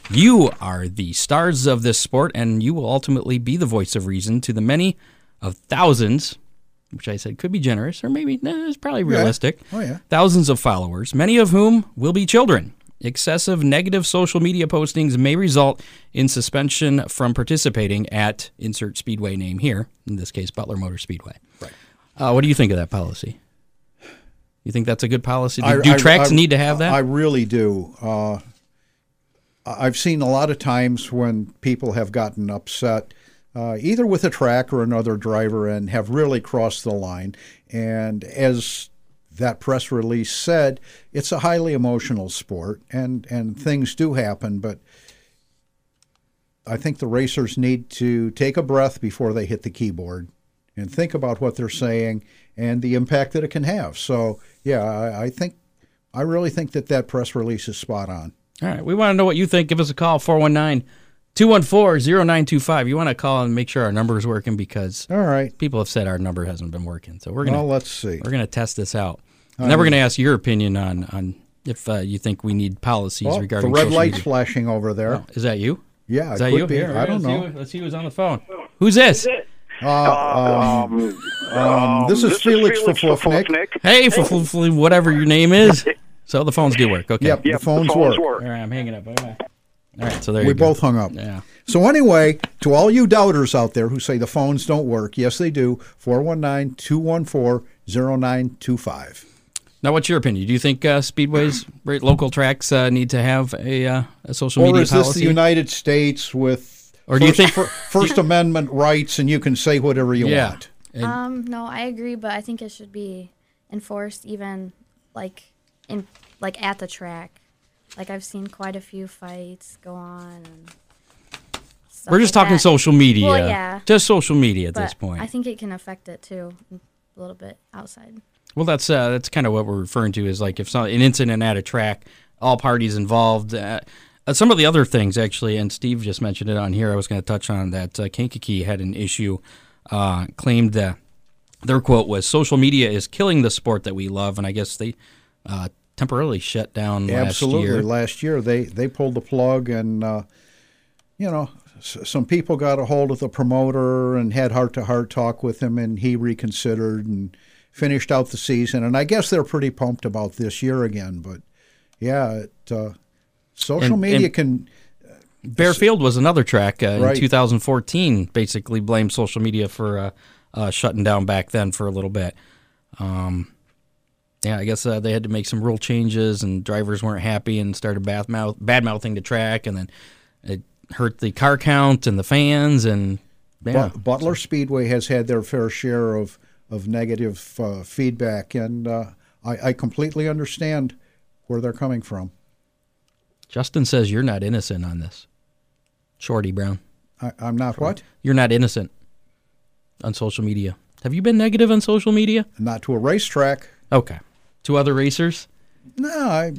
Speaker 2: You are the stars of this sport, and you will ultimately be the voice of reason to the many of thousands, which I said could be generous or maybe nah, it's probably realistic.
Speaker 3: Oh, yeah.
Speaker 2: Thousands of followers, many of whom will be children. Excessive negative social media postings may result in suspension from participating at insert speedway name here, in this case, Butler Motor Speedway. Right. Uh, what do you think of that policy? You think that's a good policy? Do, do tracks
Speaker 3: I-
Speaker 2: need to have that?
Speaker 3: I really do. Uh, I- I've seen a lot of times when people have gotten upset, uh, either with a track or another driver, and have really crossed the line. And as that press release said, it's a highly emotional sport, and, and things do happen, but I think the racers need to take a breath before they hit the keyboard and think about what they're saying and the impact that it can have. So, yeah, I, I think, I really think that that press release is spot on.
Speaker 2: All right. We want to know what you think. Give us a call, 419 214 0925. You want to call and make sure our number is working because
Speaker 3: All right.
Speaker 2: people have said our number hasn't been working. So we're going to
Speaker 3: Well, uh, let's see.
Speaker 2: we're going to test this out. And then we're going to ask your opinion on, on if uh, you think we need policies
Speaker 3: Oh, the
Speaker 2: regarding
Speaker 3: red
Speaker 2: social
Speaker 3: light's
Speaker 2: media.
Speaker 3: flashing over there.
Speaker 2: Is that you?
Speaker 3: Yeah,
Speaker 2: Is
Speaker 3: it
Speaker 2: that
Speaker 3: could
Speaker 2: you?
Speaker 3: be.
Speaker 2: Here,
Speaker 3: I don't
Speaker 2: let's see
Speaker 3: know.
Speaker 2: who- let's see who's on the phone. Who's this?
Speaker 3: Uh, um, um, this is Felix for Flufnick.
Speaker 2: Hey, for whatever your name is. So the phones do work. Okay.
Speaker 3: Yep,
Speaker 5: Yep,
Speaker 3: the phones, work.
Speaker 2: All right, I'm hanging up. Bye-bye. All right, so there
Speaker 3: We
Speaker 2: you go.
Speaker 3: both hung up.
Speaker 2: Yeah.
Speaker 3: So anyway, to all you doubters out there who say the phones don't work, yes they do. 419-214-0925.
Speaker 2: Now, what's your opinion? Do you think uh, speedways, right, local tracks, uh, need to have a, uh, a social
Speaker 3: Or
Speaker 2: media
Speaker 3: is this the
Speaker 2: policy?
Speaker 3: United States with
Speaker 2: Or do you
Speaker 3: first,
Speaker 2: think-
Speaker 3: fir- First Amendment rights and you can say whatever you
Speaker 2: yeah.
Speaker 3: want?
Speaker 2: And-
Speaker 4: Um, no, I agree, but I think it should be enforced even like in like at the track. Like I've seen quite a few fights go on. And stuff
Speaker 2: we're just
Speaker 4: like
Speaker 2: talking
Speaker 4: that.
Speaker 2: social media.
Speaker 4: Well, yeah.
Speaker 2: Just social media at this
Speaker 4: But
Speaker 2: point.
Speaker 4: I think it can affect it too, a little bit outside.
Speaker 2: well, that's uh, that's kind of what we're referring to is like if some, an incident at a track, all parties involved. Uh, uh, some of the other things, actually, and Steve just mentioned it on here. I was going to touch on that. Uh, Kankakee had an issue, uh, claimed uh, their quote was "Social media is killing the sport that we love," and I guess they uh, temporarily shut down
Speaker 3: Absolutely.
Speaker 2: last year.
Speaker 3: Last year they they pulled the plug and uh, you know s- some people got a hold of the promoter and had heart to heart talk with him and he reconsidered and finished out the season and I guess they're pretty pumped about this year again but yeah it, uh, social
Speaker 2: And-
Speaker 3: media
Speaker 2: and-
Speaker 3: can
Speaker 2: Bearfield was another track uh,
Speaker 3: Right.
Speaker 2: in 2014. Basically, blamed social media for uh, uh, shutting down back then for a little bit. Um, yeah, I guess uh, they had to make some rule changes, and drivers weren't happy and started bad mouth bad mouthing the track, and then it hurt the car count and the fans, and Yeah.
Speaker 3: But, Butler Speedway has had their fair share of of negative uh, feedback, and uh, I, I completely understand where they're coming from.
Speaker 2: Justin says you're not innocent on this. Shorty Brown.
Speaker 3: I, I'm not what?
Speaker 2: You're not innocent on social media. Have you been negative on social media?
Speaker 3: Not to a racetrack.
Speaker 2: Okay. To other racers?
Speaker 3: No, I,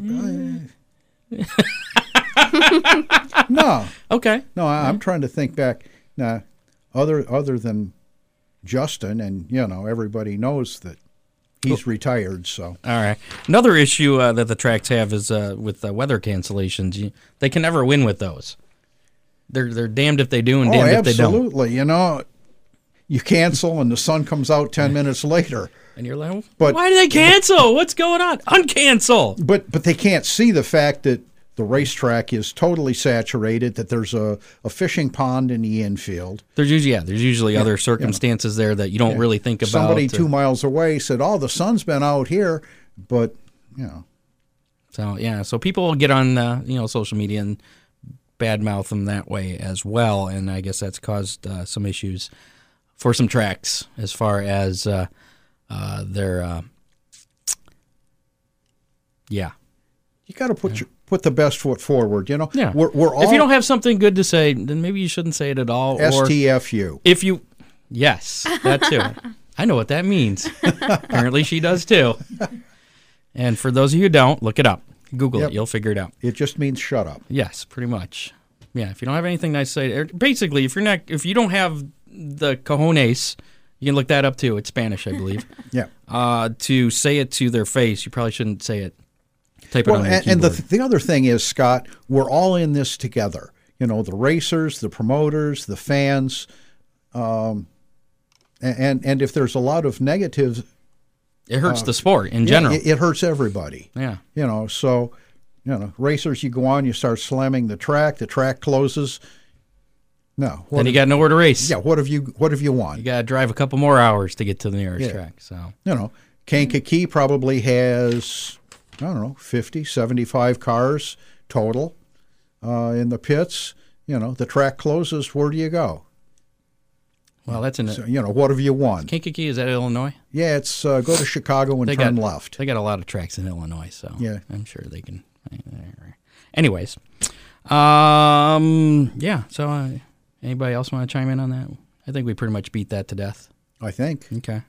Speaker 3: I- no,
Speaker 2: Okay.
Speaker 3: no. I, I'm trying to think back. Nah, other other than Justin, and you know, everybody knows that he's retired. So
Speaker 2: All right. Another issue uh, that the tracks have is uh, with uh, weather cancellations. You, they can never win with those. They're they're damned if they do and
Speaker 3: oh,
Speaker 2: damned if they don't.
Speaker 3: absolutely. You know, you cancel, and the sun comes out ten minutes later.
Speaker 2: And you're like,
Speaker 3: But-
Speaker 2: why do they cancel? What's going on? Uncancel.
Speaker 3: But but they can't see the fact that the racetrack is totally saturated. That there's a, a fishing pond in the infield.
Speaker 2: There's usually yeah. There's usually other circumstances there that you don't really think about.
Speaker 3: Somebody
Speaker 2: or-
Speaker 3: two miles away said, "Oh, the sun's been out here," but you know,
Speaker 2: So yeah, so people get on uh, you know social media and badmouth them that way as well, and I guess that's caused uh, some issues for some tracks as far as uh, uh, their uh, yeah
Speaker 3: you got to put your, put the best foot forward. You know,
Speaker 2: yeah.
Speaker 3: we're, we're all
Speaker 2: if you don't have something good to say, then maybe you shouldn't say it at all. Or
Speaker 3: STFU.
Speaker 2: if you yes, that too. I know what that means. Apparently, she does too. And for those of you who don't, look it up. Google
Speaker 3: Yep.
Speaker 2: it. You'll figure it out.
Speaker 3: It just means shut up.
Speaker 2: Yes, pretty much. Yeah, if you don't have anything nice to say, or basically, if you're not, if you don't have the cojones, you can look that up too. It's Spanish, I believe.
Speaker 3: Yeah.
Speaker 2: uh, to say it to their face, you probably shouldn't say it. Type it
Speaker 3: Well,
Speaker 2: on your
Speaker 3: and, and the
Speaker 2: keyboard.
Speaker 3: the other thing is, Scott, we're all in this together. You know, the racers, the promoters, the fans, um, a- and and if there's a lot of negatives,
Speaker 2: it
Speaker 3: uh,
Speaker 2: hurts the sport in general.
Speaker 3: it, it hurts everybody.
Speaker 2: yeah,
Speaker 3: You know, so you know, racers, you go on, you start slamming the track, the track closes. No, what
Speaker 2: then you got nowhere to race.
Speaker 3: yeah, what have you what have you won?
Speaker 2: You got to drive a couple more hours to get to the nearest
Speaker 3: Yeah.
Speaker 2: track. So
Speaker 3: you know, Kankakee probably has, I don't know, 50, 75 cars total uh, in the pits. You know, the track closes. Where do you go?
Speaker 2: well, that's in
Speaker 3: So,
Speaker 2: the
Speaker 3: you know, what have you won?
Speaker 2: Kankakee is that Illinois?
Speaker 3: Yeah, it's uh, go to Chicago and
Speaker 2: They
Speaker 3: turn
Speaker 2: got-
Speaker 3: left.
Speaker 2: They got a lot of tracks in Illinois, so
Speaker 3: Yeah.
Speaker 2: I'm sure they can. eh, Anyways, um, yeah. So uh, anybody else want to chime in on that? I think we pretty much beat that to death.
Speaker 3: I think.
Speaker 2: Okay.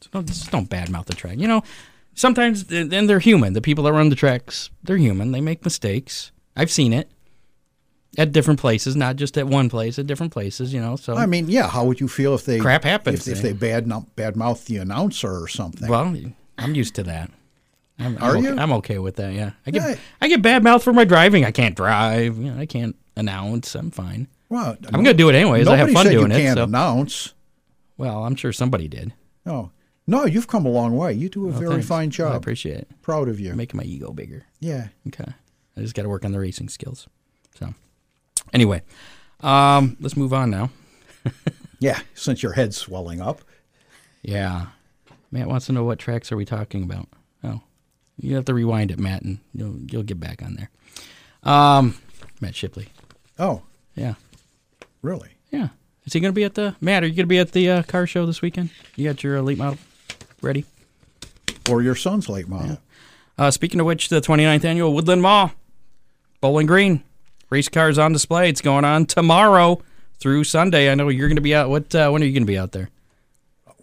Speaker 2: So don't just don't badmouth the track. You know, sometimes th- then they're human. The people that run the tracks, they're human. They make mistakes. I've seen it at different places, not just at one place. At different places, you know. So
Speaker 3: I mean, yeah, how would you feel if they
Speaker 2: Um, Crap happens,
Speaker 3: if, if
Speaker 2: eh?
Speaker 3: they bad badmouth the announcer or something?
Speaker 2: Well, I'm used to that. I'm, I'm
Speaker 3: Are
Speaker 2: okay,
Speaker 3: you?
Speaker 2: I'm okay with that. Yeah, I get
Speaker 3: Yeah.
Speaker 2: I get bad mouth for my driving. I can't drive. You know, I can't announce. I'm fine.
Speaker 3: Well,
Speaker 2: I'm gonna do it anyways. I
Speaker 3: Nobody
Speaker 2: have fun
Speaker 3: said
Speaker 2: doing
Speaker 3: you
Speaker 2: it.
Speaker 3: can't
Speaker 2: So,
Speaker 3: announce.
Speaker 2: well, I'm sure somebody did.
Speaker 3: No, no, you've come a long way. You do a very
Speaker 2: Thanks.
Speaker 3: fine
Speaker 2: I
Speaker 3: job.
Speaker 2: appreciate it.
Speaker 3: Proud of you.
Speaker 2: Making my ego bigger.
Speaker 3: yeah.
Speaker 2: Okay. I just got to work on the racing skills. So, anyway, um, let's move on now.
Speaker 3: Yeah, since your head's swelling up.
Speaker 2: Yeah. Matt wants to know what tracks are we talking about. Oh, you have to rewind it, Matt, and you'll you'll get back on there. Um, Matt Shipley.
Speaker 3: Oh,
Speaker 2: Yeah.
Speaker 3: really?
Speaker 2: Yeah. Is he going to be at the Matt? Are you going to be at the uh, car show this weekend? You got your elite model ready.
Speaker 3: Or your son's late model.
Speaker 2: Uh, speaking of which, the 29th annual Woodland Mall, Bowling Green, race cars on display. It's going on tomorrow through Sunday. I know you're going to be out. What? Uh, when are you going to be out there?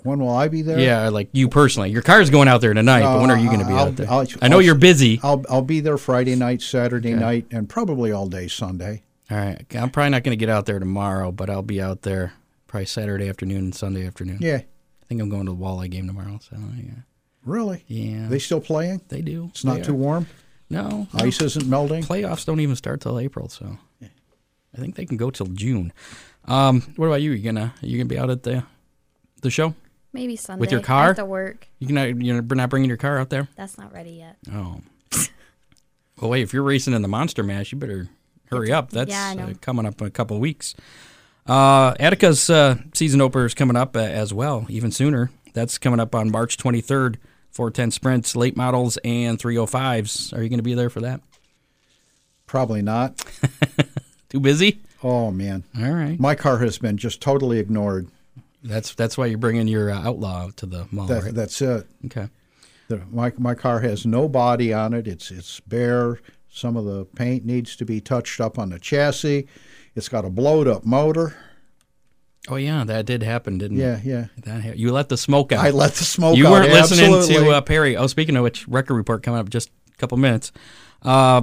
Speaker 3: When will I be there? Uh,
Speaker 2: Yeah, like you personally. Your car's going out there tonight, but when are you going to be
Speaker 3: I'll-
Speaker 2: out there?
Speaker 3: I'll-
Speaker 2: I know
Speaker 3: I'll-
Speaker 2: you're busy.
Speaker 3: I'll I'll be there Friday night, Saturday night, and probably all day Sunday.
Speaker 2: All right, I'm probably not going to get out there tomorrow, but I'll be out there probably Saturday afternoon and Sunday afternoon.
Speaker 3: Yeah,
Speaker 2: I think I'm going to the Walleye game tomorrow. So yeah,
Speaker 3: really?
Speaker 2: yeah,
Speaker 3: They still playing?
Speaker 2: they do.
Speaker 3: It's not
Speaker 2: They
Speaker 3: too
Speaker 2: are.
Speaker 3: warm.
Speaker 2: no. no.
Speaker 3: Ice isn't melting.
Speaker 2: playoffs don't even start till April, so I think they can go till June. Um, what about you? You gonna you gonna be out at the the show?
Speaker 4: Maybe Sunday.
Speaker 2: your
Speaker 4: I
Speaker 2: car?
Speaker 4: have to work.
Speaker 2: You can you're not bringing your car out there?
Speaker 4: That's not ready yet.
Speaker 2: Oh, well, wait. If you're racing in the Monster Mash, you better hurry up. That's
Speaker 4: Yeah, I know.
Speaker 2: uh, coming up in a couple of weeks. Uh, Attica's uh, season opener is coming up uh, as well, even sooner. That's coming up on March 23rd. 410 sprints, late models, and 305s. Are you going to be there for that?
Speaker 3: Probably not.
Speaker 2: Too busy?
Speaker 3: Oh man,
Speaker 2: All right.
Speaker 3: my car has been just totally ignored.
Speaker 2: That's that's why you're bringing your uh, outlaw to the mall,
Speaker 3: That,
Speaker 2: right?
Speaker 3: That's it.
Speaker 2: okay.
Speaker 3: The, my my car has no body on it. It's it's bare. Some of the paint needs to be touched up on the chassis. It's got a blowed up motor.
Speaker 2: Oh yeah, that did happen, didn't
Speaker 3: Yeah,
Speaker 2: it?
Speaker 3: yeah.
Speaker 2: That ha- you let the smoke out.
Speaker 3: I let the smoke.
Speaker 2: you
Speaker 3: out,
Speaker 2: weren't listening
Speaker 3: Oh, absolutely.
Speaker 2: to uh, Perry. Oh, speaking of which, record report coming up just a couple minutes. Uh,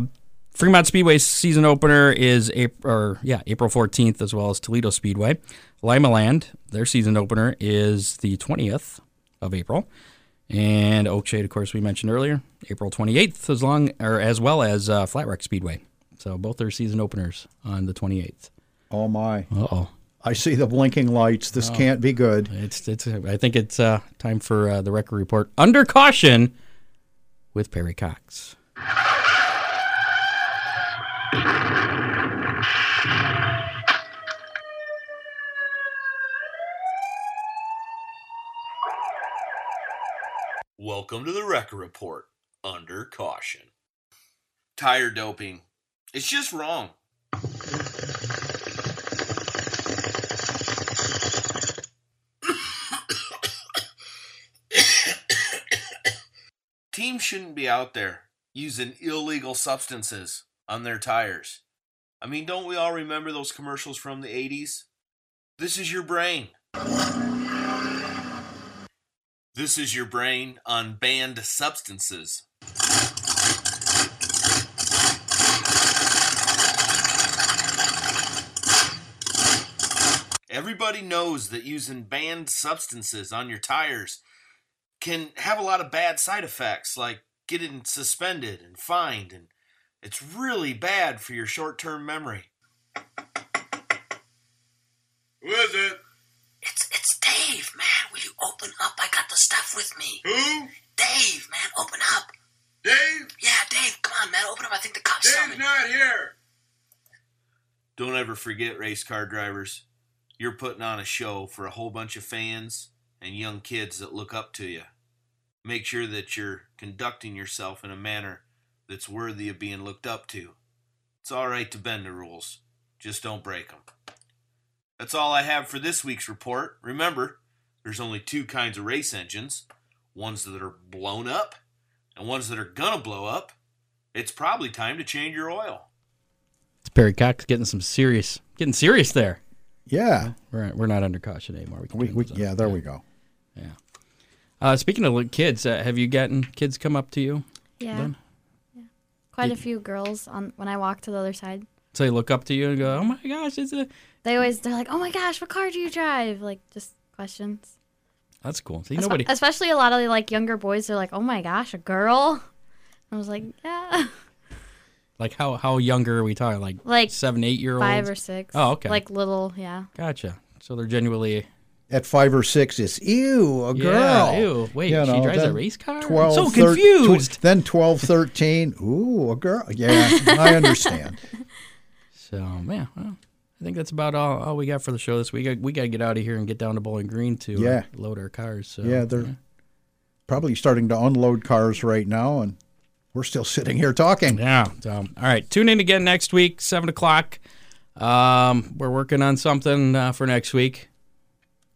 Speaker 2: Fremont Speedway season opener is April, or, yeah, April 14th, as well as Toledo Speedway. Lima Land, their season opener is the 20th of April, and Oakshade, of course, we mentioned earlier, April 28th, as long or as well as uh, Flat Rock Speedway. So both their season openers on the 28th.
Speaker 3: Oh my!
Speaker 2: Uh oh.
Speaker 3: I see the blinking lights. This can't be good.
Speaker 2: It's it's. I think it's uh, time for uh, the record report under caution with Perry Cox.
Speaker 5: Welcome to the Wrecker Report under caution. Tire doping. It's just wrong. Teams shouldn't be out there using illegal substances on their tires. I mean, don't we all remember those commercials from the 80s? This is your brain. This is your brain on banned substances. Everybody knows that using banned substances on your tires can have a lot of bad side effects, like getting suspended and fined, and it's really bad for your short term memory. Who is it?
Speaker 6: It's it's Dave, man. Will you open up? I got the stuff with me.
Speaker 5: Who?
Speaker 6: Dave, man, open up.
Speaker 5: Dave?
Speaker 6: Yeah, Dave, come on, man, open up. I think the cops saw me.
Speaker 5: not here. Don't ever forget, race car drivers, you're putting on a show for a whole bunch of fans and young kids that look up to you. Make sure that you're conducting yourself in a manner that's worthy of being looked up to. It's all right to bend the rules, just don't break them. That's all I have for this week's report. Remember, there's only two kinds of race engines ones that are blown up and ones that are gonna blow up it's probably time to change your oil.
Speaker 2: It's Perry Cox getting some serious, getting serious there.
Speaker 3: Yeah,
Speaker 2: We're, we're not under caution anymore. can
Speaker 3: we,
Speaker 2: turn
Speaker 3: we
Speaker 2: those off.
Speaker 3: yeah. There we go.
Speaker 2: Uh, speaking of little kids, uh, have you gotten kids come up to you?
Speaker 4: Yeah.
Speaker 2: Lynn?
Speaker 4: Yeah. Quite a few girls on when I walk to the other side.
Speaker 2: So they look up to you and go, "Oh my gosh, it's a
Speaker 4: They always they're like, "Oh my gosh, what car do you drive?" Like just questions.
Speaker 2: that's cool." See,
Speaker 4: Espe-
Speaker 2: nobody.
Speaker 4: Especially a lot of like younger boys are like, "Oh my gosh, a girl." I was like, "Yeah."
Speaker 2: Like how how younger are we talking? Like
Speaker 4: Like
Speaker 2: seven, eight year olds.
Speaker 4: 5 or 6.
Speaker 2: Oh, okay.
Speaker 4: Like little, yeah.
Speaker 2: Gotcha. So they're genuinely
Speaker 3: At five or six, it's ew, a girl.
Speaker 2: Yeah, ew. Wait,
Speaker 3: You
Speaker 2: she
Speaker 3: know,
Speaker 2: drives a
Speaker 3: then
Speaker 2: race car. I'm
Speaker 3: 12,
Speaker 2: so
Speaker 3: thir- tw-
Speaker 2: confused.
Speaker 3: then 12, 13, ooh, a girl. Yeah, I understand.
Speaker 2: So yeah, well, I think that's about all, all we got for the show this week. We got to get out of here and get down to Bowling Green to uh,
Speaker 3: Yeah.
Speaker 2: load our cars. So
Speaker 3: Yeah, they're probably starting to unload cars right now, and we're still sitting here talking.
Speaker 2: Yeah. So, all right. Tune in again next week, seven o'clock. Um, we're working on something uh, for next week.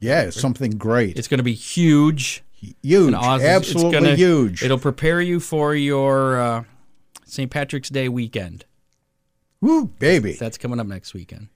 Speaker 3: Yeah, it's something great.
Speaker 2: It's going to be huge.
Speaker 3: huge,
Speaker 2: and awesome. It's
Speaker 3: absolutely
Speaker 2: gonna-
Speaker 3: huge.
Speaker 2: It'll prepare you for your uh, St. Patrick's Day weekend.
Speaker 3: Woo, baby.
Speaker 2: That's coming up next weekend,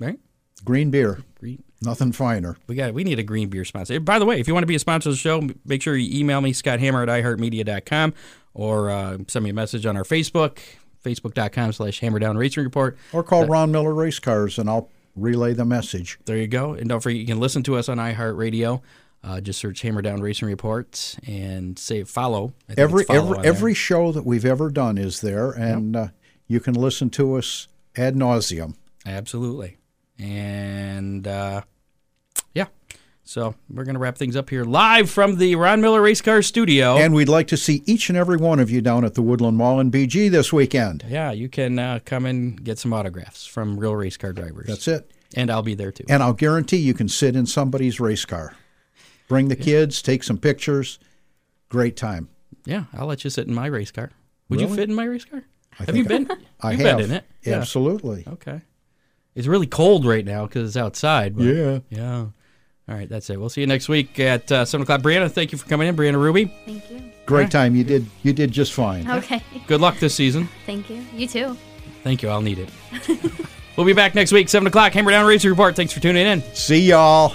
Speaker 2: right?
Speaker 3: Green beer,
Speaker 2: Green-
Speaker 3: nothing finer.
Speaker 2: We got. We need a green beer sponsor. Eh, By the way, if you want to be a sponsor of the show, m- make sure you email me scotthammer at iheartmedia.com or uh, send me a message on our Facebook, facebook.com slash hammerdown racing report.
Speaker 3: Or call Ron Miller Race Cars, and I'll relay the message.
Speaker 2: There you go. And don't forget, you can listen to us on iHeartRadio. Uh, just search Hammer Down Racing Reports and say follow. I think
Speaker 3: Every
Speaker 2: it's follow
Speaker 3: every
Speaker 2: on there.
Speaker 3: every show that we've ever done is there, and uh, you can listen to us ad nauseum.
Speaker 2: absolutely. And uh, yeah, so we're gonna wrap things up here live from the Ron Miller Race Car Studio.
Speaker 3: And we'd like to see each and every one of you down at the Woodland Mall in BG this weekend.
Speaker 2: yeah, you can uh, come and get some autographs from real race car drivers.
Speaker 3: That's it.
Speaker 2: And I'll be there too.
Speaker 3: And I'll guarantee you can sit in somebody's race car. Bring the kids, take some pictures. Great time.
Speaker 2: yeah, I'll let you sit in my race car. Would you fit in my race car? have you
Speaker 3: think
Speaker 2: been?
Speaker 3: I
Speaker 2: you've
Speaker 3: have
Speaker 2: been in it. Yeah.
Speaker 3: Absolutely.
Speaker 2: Okay. It's really cold right now because it's outside. But
Speaker 3: Yeah.
Speaker 2: Yeah. All right, that's it. We'll see you next week at uh, 7 o'clock. Brianna, thank you for coming in. Brianna Ruby,
Speaker 4: Thank you.
Speaker 3: Great time. You did you did just fine.
Speaker 4: Okay.
Speaker 2: good luck this season.
Speaker 4: Thank you. You too.
Speaker 2: Thank you. I'll need it. we'll be back next week, 7 o'clock. Hammer Down Razor Report. Thanks for tuning in.
Speaker 3: See y'all.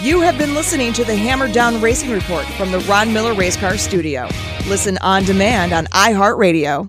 Speaker 1: You have been listening to the Hammer Down Racing Report from the Ron Miller Racecar Studio. Listen on demand on iHeartRadio.